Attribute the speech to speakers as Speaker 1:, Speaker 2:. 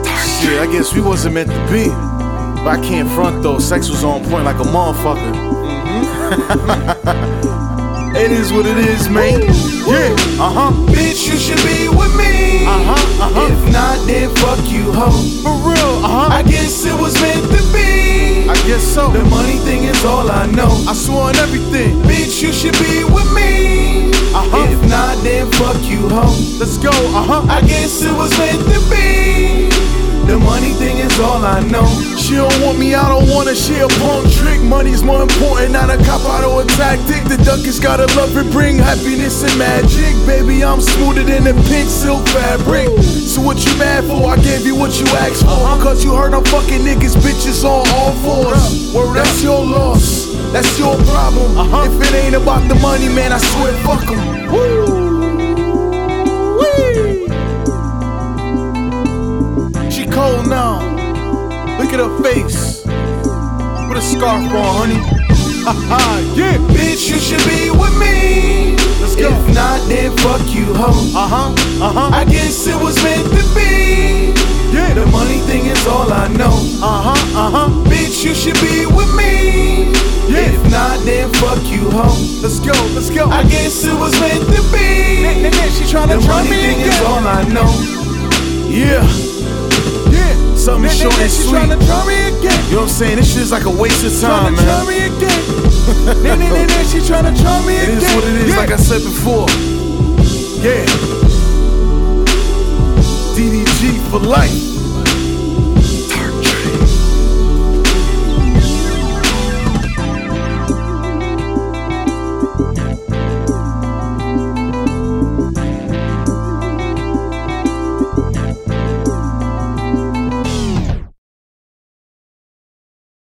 Speaker 1: I guess we wasn't meant to be. But I can't front though. Sex was on point like a motherfucker. Mm-hmm. it is what it is, man. Yeah. Uh huh.
Speaker 2: Bitch, you should be with me.
Speaker 1: Uh huh. Uh huh.
Speaker 2: If not, then fuck you, hoe.
Speaker 1: For real. Uh huh.
Speaker 2: I guess it was meant to be.
Speaker 1: I guess so.
Speaker 2: The money thing is all I know.
Speaker 1: I swore on everything.
Speaker 2: Bitch, you should be with me.
Speaker 1: Uh-huh.
Speaker 2: If not, then fuck you, hoe.
Speaker 1: Let's go. Uh huh.
Speaker 2: I guess it was meant to be. The money thing is all I know.
Speaker 1: She don't want me, I don't want her. She a punk trick. Money's more important, not a cop out or a tactic. The duck has gotta love it, bring happiness and magic. Baby, I'm smoother than a pink silk fabric. So what you mad for? I gave you what you asked for. Cause you heard I'm fucking niggas, bitches on all fours. Uh-huh. Word up. Uh-huh. That's your loss, that's your problem. If it ain't about the money, man, I swear, fuck 'em. She cold now. Look at her face. Put a scarf on, honey. Ha ha, yeah.
Speaker 2: Bitch, you should be with me.
Speaker 1: Let's go.
Speaker 2: If not, then fuck you, hoe.
Speaker 1: Uh huh, uh huh,
Speaker 2: I guess it was meant to be.
Speaker 1: yeah.
Speaker 2: The money thing is all I know.
Speaker 1: Uh huh, uh huh,
Speaker 2: Bitch, you should be with me.
Speaker 1: Yeah.
Speaker 2: If not, then fuck you, hoe.
Speaker 1: let's go, let's go.
Speaker 2: I guess it was meant to
Speaker 1: and
Speaker 2: be.
Speaker 1: then she
Speaker 2: The
Speaker 1: tryna try
Speaker 2: money
Speaker 1: me
Speaker 2: thing is
Speaker 1: again.
Speaker 2: all I know.
Speaker 1: Yeah,
Speaker 2: Yeah.
Speaker 1: something
Speaker 2: And
Speaker 1: short
Speaker 2: then
Speaker 1: and
Speaker 2: she
Speaker 1: sweet.
Speaker 2: tryna
Speaker 1: You
Speaker 2: try me again.
Speaker 1: know what I'm saying? This shit's like a waste of time,
Speaker 2: Tryna try
Speaker 1: man.
Speaker 2: me again. Then, then, then, then she tryna try me
Speaker 1: It
Speaker 2: again.
Speaker 1: is what it is,
Speaker 2: Yeah.
Speaker 1: like I said before. Yeah. DDG for life.